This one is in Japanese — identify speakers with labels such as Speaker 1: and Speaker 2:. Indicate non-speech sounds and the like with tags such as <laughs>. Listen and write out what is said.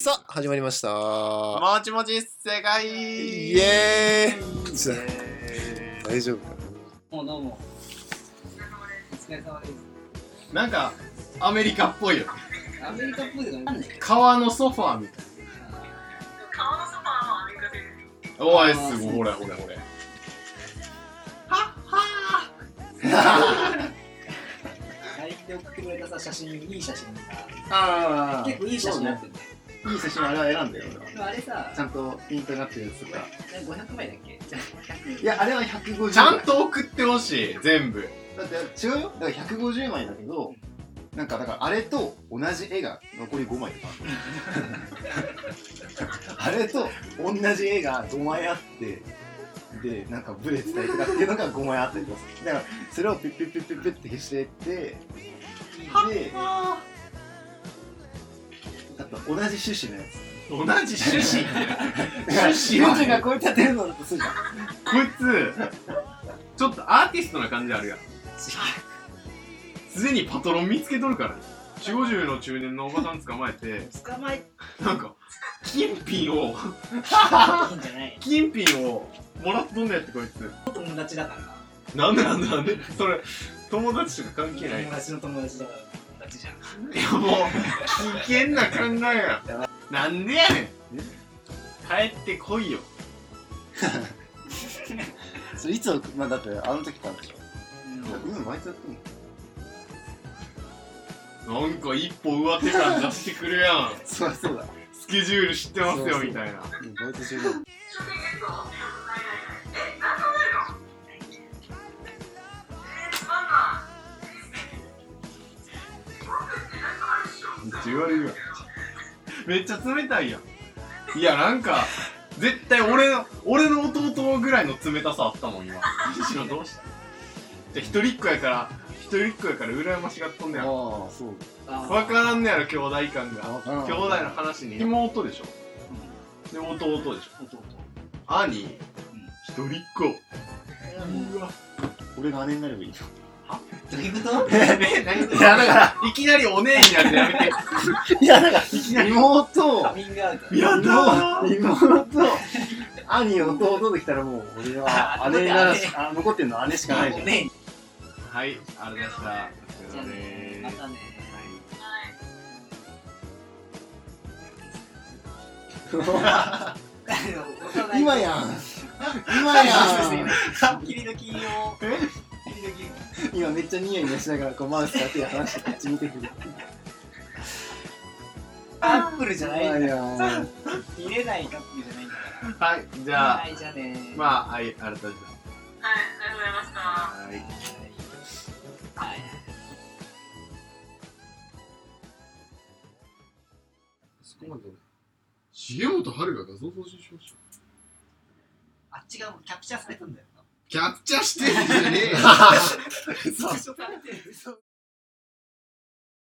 Speaker 1: さあ、始まりました。
Speaker 2: もちもち世界
Speaker 1: イエーイちょっと大丈夫か
Speaker 3: もうどうも。お疲れ様です。
Speaker 2: なんかアメリカっぽいよね
Speaker 3: アメリカっぽいのかなんないけど。
Speaker 2: 革のソファーみたいなおい
Speaker 3: あー
Speaker 2: すごい
Speaker 3: そ
Speaker 2: ほ
Speaker 3: う
Speaker 2: らほらほら
Speaker 3: 泣いて送ってくれたさ、写真、いい写真が。
Speaker 2: あ
Speaker 3: 結構いい写真になってるね。
Speaker 2: いい写真あれは選んだよ俺は
Speaker 3: でもあれさ、
Speaker 2: んとピントになってるやつとか
Speaker 3: 500枚だっけじゃあ100
Speaker 4: いや、あれは150
Speaker 2: ちゃんと送ってほしい全部
Speaker 4: だって違うよ。だから150枚だけど、なんかだからあれと同じ絵が残り5枚とかある
Speaker 2: <laughs>
Speaker 4: あれと同じ絵が5枚あって、で、なんかブレてたりとかっていうのが5枚あったりとかする。だからそれをピッピッピッピッピッって消してって、で、あと同じ趣旨のや
Speaker 2: 同じ趣旨
Speaker 4: つ。
Speaker 2: 趣旨は
Speaker 4: 40が超えちゃってるのだとするじゃん。
Speaker 2: こいつちょっとアーティストな感じあるやんすでにパトロン見つけとるからね4 5 0の中年のおばさん捕まえて
Speaker 3: 枚。捕まえ
Speaker 2: なんか金品を
Speaker 3: てんじゃない。
Speaker 2: 金品をもらっとんねやってこいつ
Speaker 3: 友達だから。
Speaker 2: なんでなんでなんでそれ友達とか関係ないい
Speaker 3: 友達の友達だから。友達じゃん。
Speaker 2: やもう危険な考えやなんでやねん帰ってこいよ
Speaker 4: それいつ送、まあだってあの時からでしょ。うん、毎回やってんの
Speaker 2: なんか一歩上手感出してくるやん
Speaker 4: そりゃそうだ。
Speaker 2: スケジュール知ってます
Speaker 4: そう
Speaker 2: よ
Speaker 4: そう
Speaker 2: みたいな
Speaker 4: バイト中だ。
Speaker 2: めっちゃ言われるやんめっちゃ冷たいやんいやなんか絶対俺の俺の弟ぐらいの冷たさあったもん今西野どうしたじゃあ一人っ子やから一人っ子やから羨ましがっとんねやろ
Speaker 4: ああ、そう。
Speaker 2: 分
Speaker 3: あ
Speaker 2: からんねやろ兄弟感が
Speaker 4: わからん
Speaker 2: 兄弟の話に妹でしょで弟でしょ
Speaker 3: ー弟。
Speaker 2: 兄一人っ子
Speaker 3: うん
Speaker 4: 俺が姉になればいいじ
Speaker 3: どういうこと
Speaker 2: え何
Speaker 4: いやだから
Speaker 2: いきなりお姉になるのやめて
Speaker 4: ゃん。いや、だから、妹、
Speaker 3: カミングアウト。
Speaker 2: やだー
Speaker 4: 妹、兄、弟できたらもう、俺は姉にならし、あ残ってんのは姉しかないじゃん。
Speaker 3: ね
Speaker 2: はいありがとうございましたお疲れ
Speaker 3: じゃあ
Speaker 2: 様
Speaker 3: ね。
Speaker 2: で
Speaker 3: ますた <laughs> ね。
Speaker 4: 今やん。
Speaker 3: <laughs>
Speaker 4: 今やん。
Speaker 3: 切り時を切り時
Speaker 4: 今めっちゃニヤニヤしながら、こう、マウスや手離してこっち見てくる。
Speaker 3: アップルじゃないんだ
Speaker 4: 今やん。
Speaker 3: 見れないカップルじゃないんだか
Speaker 2: はいじ
Speaker 3: ら
Speaker 2: ゃあ
Speaker 3: はいじゃあね
Speaker 2: まあ、はい、ありがとうございました。はい、ありがとうございました。はい。
Speaker 3: はい
Speaker 2: そこまで。重本春が画像送信しました。
Speaker 3: あっちがキャプチャーされたんだよ
Speaker 2: <laughs> キャプチャしてるんじゃねえよ
Speaker 3: <laughs> そうそう